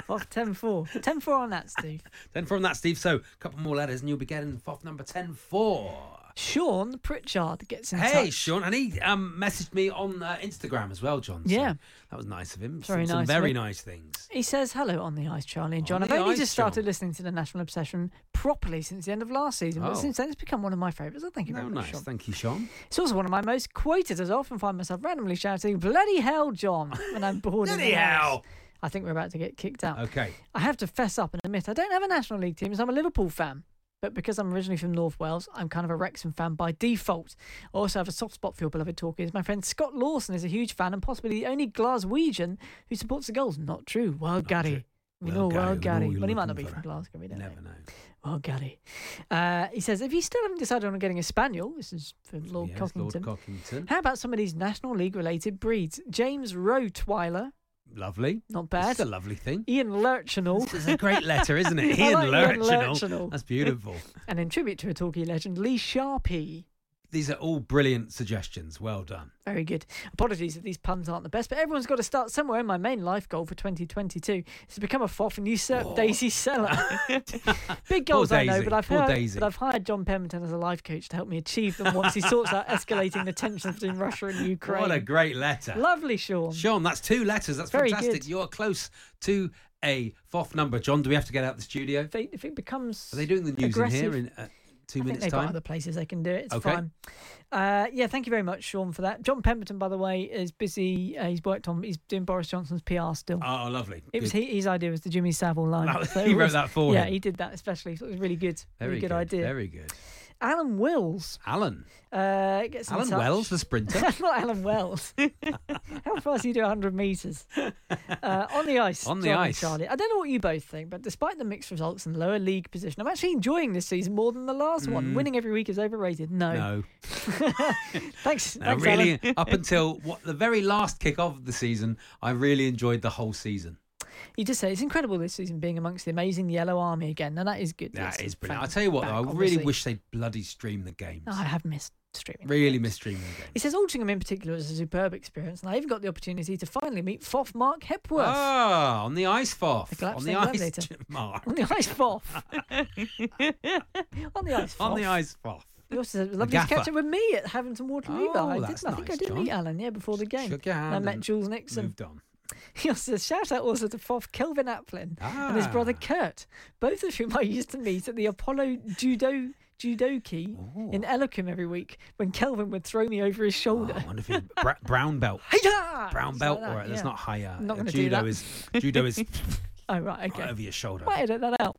D: Off 10 4. 10 4 on that, Steve.
C: 10 4 on that, Steve. So, a couple more letters and you'll be getting FOF number 10 4.
D: Sean Pritchard gets in
C: Hey,
D: touch.
C: Sean, and he um, messaged me on uh, Instagram as well, John. so
D: Yeah.
C: that was nice of him.
D: Very
C: Some- some
D: nice,
C: very
D: mate.
C: nice things.
D: He says, hello on the ice, Charlie and John.
C: On
D: I've
C: the
D: only
C: ice,
D: just started
C: John.
D: listening to the National Obsession properly since the end of last season,
C: Oh.
D: but since then it's become one of my favourites. So thank you very
C: No,
D: much,
C: nice.
D: Sean.
C: Thank you, Sean.
D: It's also one of my most quoted, as I often find myself randomly shouting, bloody hell, John, when I'm bored. in
C: Bloody
D: the house.
C: hell.
D: I think we're about to get kicked out.
C: Okay.
D: I have to fess up and admit I don't have a National League team, so I'm a Liverpool fan. But because I'm originally from North Wales, I'm kind of a Wrexham fan by default. I also have a soft spot for your beloved talkies. My friend Scott Lawson is a huge fan and possibly the only Glaswegian who supports the goals. Not true. Well,
C: true.
D: Gaddy. We
C: Gaddy,
D: know well,
C: we know
D: Gaddy.
C: you're
D: Well, he
C: looking
D: might not be
C: for
D: from
C: it.
D: Glasgow. We don't know.
C: Never know.
D: Well, Gaddy. Uh, he says, if you still haven't decided on getting a spaniel, this is from Lord
C: Yes,
D: Cockington.
C: Lord Cockington.
D: How about some of these National League related breeds? James Rowe Twyler,
C: Lovely.
D: Not bad.
C: It's a lovely thing.
D: Ian Lurchinall.
C: It's a great letter, isn't it?
D: I
C: Ian
D: like Ian
C: Lurchinall.
D: Lurchinall.
C: That's beautiful.
D: And in tribute to a talkie legend, Lee Sharpie.
C: These are all brilliant suggestions. Well done.
D: Very good. Apologies if these puns aren't the best, but everyone's got to start somewhere. And my main life goal for 2022 is to become a foff and usurp
C: Oh.
D: Daisy Seller. Big
C: Poor
D: goals, I know,
C: Daisy.
D: but I've,
C: Poor
D: hired,
C: Daisy.
D: but I've hired John Pemberton as a life coach to help me achieve them once he sorts out escalating the tensions between Russia and Ukraine.
C: What a great letter.
D: Lovely, Sean.
C: Sean, that's two letters. That's
D: Very
C: fantastic.
D: good.
C: You're close to a FOF number. John, do we have to get out of the studio?
D: If, it, if it becomes
C: Are they doing the news
D: aggressive,
C: in here in uh, two
D: I think
C: minutes'
D: they've got
C: time?
D: other places they can do it. It's
C: Okay.
D: fine. Uh, yeah, thank you very much, Sean, for that. John Pemberton, by the way, is busy. Uh, he's worked on. He's doing Boris Johnson's PR still.
C: Oh, lovely.
D: it was
C: Good.
D: he, his idea was the Jimmy Savile line.
C: That-
D: it
C: he wrote
D: was-
C: that for
D: Yeah,
C: him.
D: he did that especially. So it was really good.
C: Very
D: really good, idea.
C: Very good.
D: Alan Wills
C: Alan.
D: uh, gets in
C: Alan
D: touch.
C: Wells, the sprinter.
D: That's not Alan Wells. How fast do you do 100 metres? Uh, on the ice.
C: On the
D: John and
C: ice.
D: Charlie. I don't know what you both think, but despite the mixed results and lower league position, I'm actually enjoying this season more than the last one. Winning every week is overrated. No.
C: Mm. No,
D: Thanks.
C: no,
D: thanks,
C: really.
D: Alan.
C: Up until what the very last kick off of the season, I really enjoyed the whole season.
D: You just say it's incredible this season being amongst the amazing Yellow Army again, and that is good.
C: That
D: It's
C: is brilliant. I
D: fan-
C: tell you what,
D: back,
C: though, I
D: obviously.
C: really wish they'd bloody stream the games.
D: Oh, I have missed streaming.
C: really
D: games.
C: miss streaming the games.
D: He says Altrincham in particular is a superb experience, and I even got the opportunity to finally meet Foff Mark Hepworth
C: Ah, on the ice foff.
D: The collapsed
C: on the
D: thing
C: ice
D: later.
C: mark.
D: on the ice Foff. on the ice.
C: On the
D: Foff.
C: ice foff.
D: He also said, lovely to catch
C: gaffer.
D: up with me at Haventon Water Lever.
C: Oh,
D: I, did, I
C: that's
D: think I
C: nice,
D: did meet
C: John.
D: Alan, yeah, before the game.
C: Shook your hand.
D: and I met
C: and
D: Jules Nixon.
C: Moved on.
D: He also says, shout out also to Foff Kelvin Applin and his brother
C: Ah.
D: Kurt, both of whom I used to meet at the Apollo Judo Judoki in Ellicombe every week when Kelvin would throw me over his
C: Oh,
D: shoulder.
C: I wonder if he bra- brown belt.
D: Hi-ya!
C: Brown
D: It's
C: belt,
D: like that,
C: or that's
D: yeah.
C: not higher.
D: I'm not gonna do
C: judo
D: that.
C: is judo is
D: Oh, right, okay.
C: right over your shoulder.
D: Might edit that out.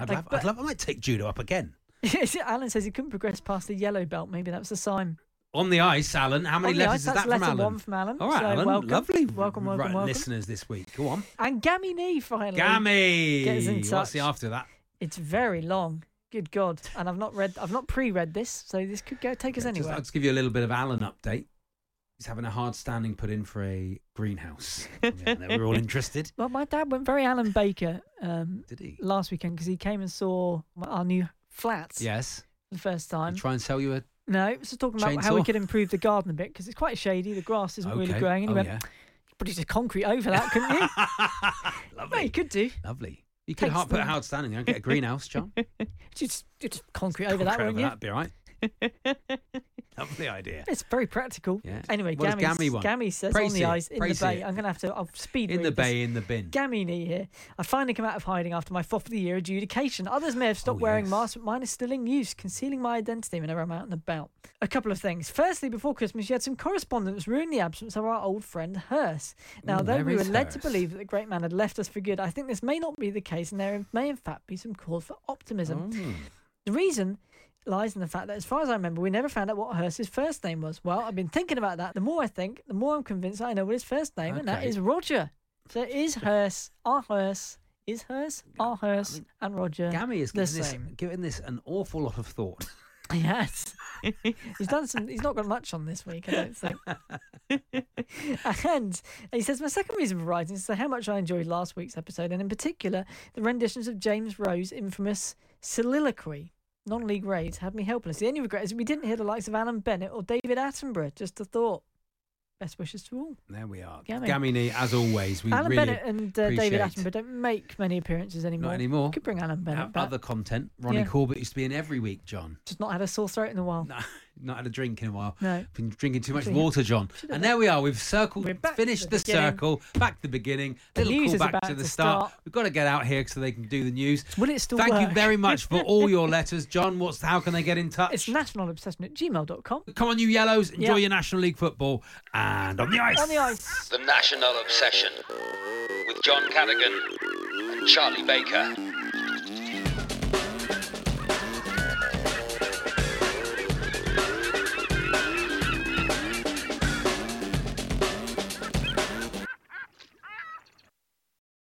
C: I'd,
D: Like,
C: love,
D: but-
C: I'd love. I might take judo up again
D: Alan says he couldn't progress past the yellow belt. Maybe that was a sign.
C: on the ice, Alan. How many
D: On the
C: letters
D: ice,
C: is
D: that's
C: that from
D: letter
C: Alan?
D: one from Alan,
C: All right,
D: so
C: Alan.
D: welcome.
C: Lovely.
D: Welcome, welcome,
C: right,
D: welcome.
C: Listeners this week, go on.
D: And Gammy Knee finally.
C: Gammy.
D: Gets in
C: What's the
D: touch.
C: after that?
D: It's very long. Good God. And I've not read, I've not pre read this, so this could go take us
C: Okay, just-
D: anywhere.
C: I'll just give you a little bit of Alan update. He's having a hard standing put in for a greenhouse. I mean, I know we're all interested.
D: Well, my dad went very Alan Baker um,
C: Did he?
D: last weekend because he came and saw my- our new flats
C: Yes.
D: for the first time.
C: Did he Try and sell you a.
D: no, it was just talking about how we
C: Chainsaw?
D: could improve the garden a bit because it's quite shady. The grass isn't really
C: Okay.
D: growing. And he
C: oh,
D: went,
C: yeah.
D: but you just concrete over that, couldn't you?
C: Lovely.
D: well, you could do.
C: Lovely. You could
D: Takes
C: hard, put a
D: them-
C: hard standing there and get a greenhouse, John.
D: Just, just concrete over that,
C: Concrete
D: wouldn't you?
C: That'd be all right. Lovely idea.
D: It's very practical.
C: Yeah.
D: Anyway,
C: What does
D: Gammy,
C: Gammy want?
D: Gammy says
C: Praise
D: on the
C: it,
D: ice in the
C: praise
D: bay.
C: it.
D: I'm going to have to. I'll speed
C: In
D: read
C: the
D: this.
C: bay, in the bin.
D: Gammy knee here. I finally come out of hiding after my fourth of the year adjudication. Others may have stopped
C: Oh,
D: wearing
C: yes.
D: masks, but mine is still in use, concealing my identity whenever I'm out and about. A couple of things. Firstly, before Christmas, you had some correspondence ruining the absence of our old friend Hearst. Now,
C: Ooh,
D: though
C: there
D: we were
C: is
D: led to
C: Hearst.
D: believe that the great man had left us for good, I think this may not be the case, and there may in fact be some cause for optimism.
C: Oh, Mm.
D: The reason lies in the fact that, as far as I remember, we never found out what Hearst's first name was. Well, I've been thinking about that. The more I think, the more I'm convinced I know what his first name, and that
C: Okay.
D: is Roger. So it is Hearst, our Hearst, is Hearst, our Hearst, and Roger
C: Gammy is
D: the
C: giving this,
D: same.
C: giving this an awful lot of thought.
D: Yes, he's done some. He's not got much on this week, I don't think. and he says my second reason for writing is to how much I enjoyed last week's episode, and in particular the renditions of James Rowe's infamous soliloquy. Non-league raids had me helpless. The only regret is we didn't hear the likes of Alan Bennett or David Attenborough. Just a thought. Best wishes to all.
C: There we are.
D: Gammy.
C: Gamini, as always, we
D: Alan
C: really
D: Bennett and uh,
C: appreciate
D: David Attenborough don't make many appearances anymore.
C: anymore.
D: Could bring Alan
C: our
D: Bennett back.
C: other content. Ronnie
D: Yeah.
C: Corbett used to be in every week, John.
D: Just not had a sore throat in a while.
C: No, not had a drink in a while.
D: No.
C: Been drinking too much
D: Drinking-
C: water, John.
D: Should've
C: And
D: done.
C: there we are. We've circled,
D: We're back to
C: finished the,
D: the beginning.
C: circle, back to the beginning.
D: The
C: little
D: news
C: call
D: is
C: back
D: about
C: to the
D: to
C: start.
D: start.
C: We've got to get out here so they can do the news.
D: Will it still
C: Thank you
D: work?
C: very much for all your letters, John. What's how can they get in touch?
D: It's nationalobsession at gmail.com.
C: Come on, you yellows! Enjoy
D: Yeah.
C: your National League football and on the ice.
D: On the ice.
B: The National Obsession with John Cadogan and Charlie Baker.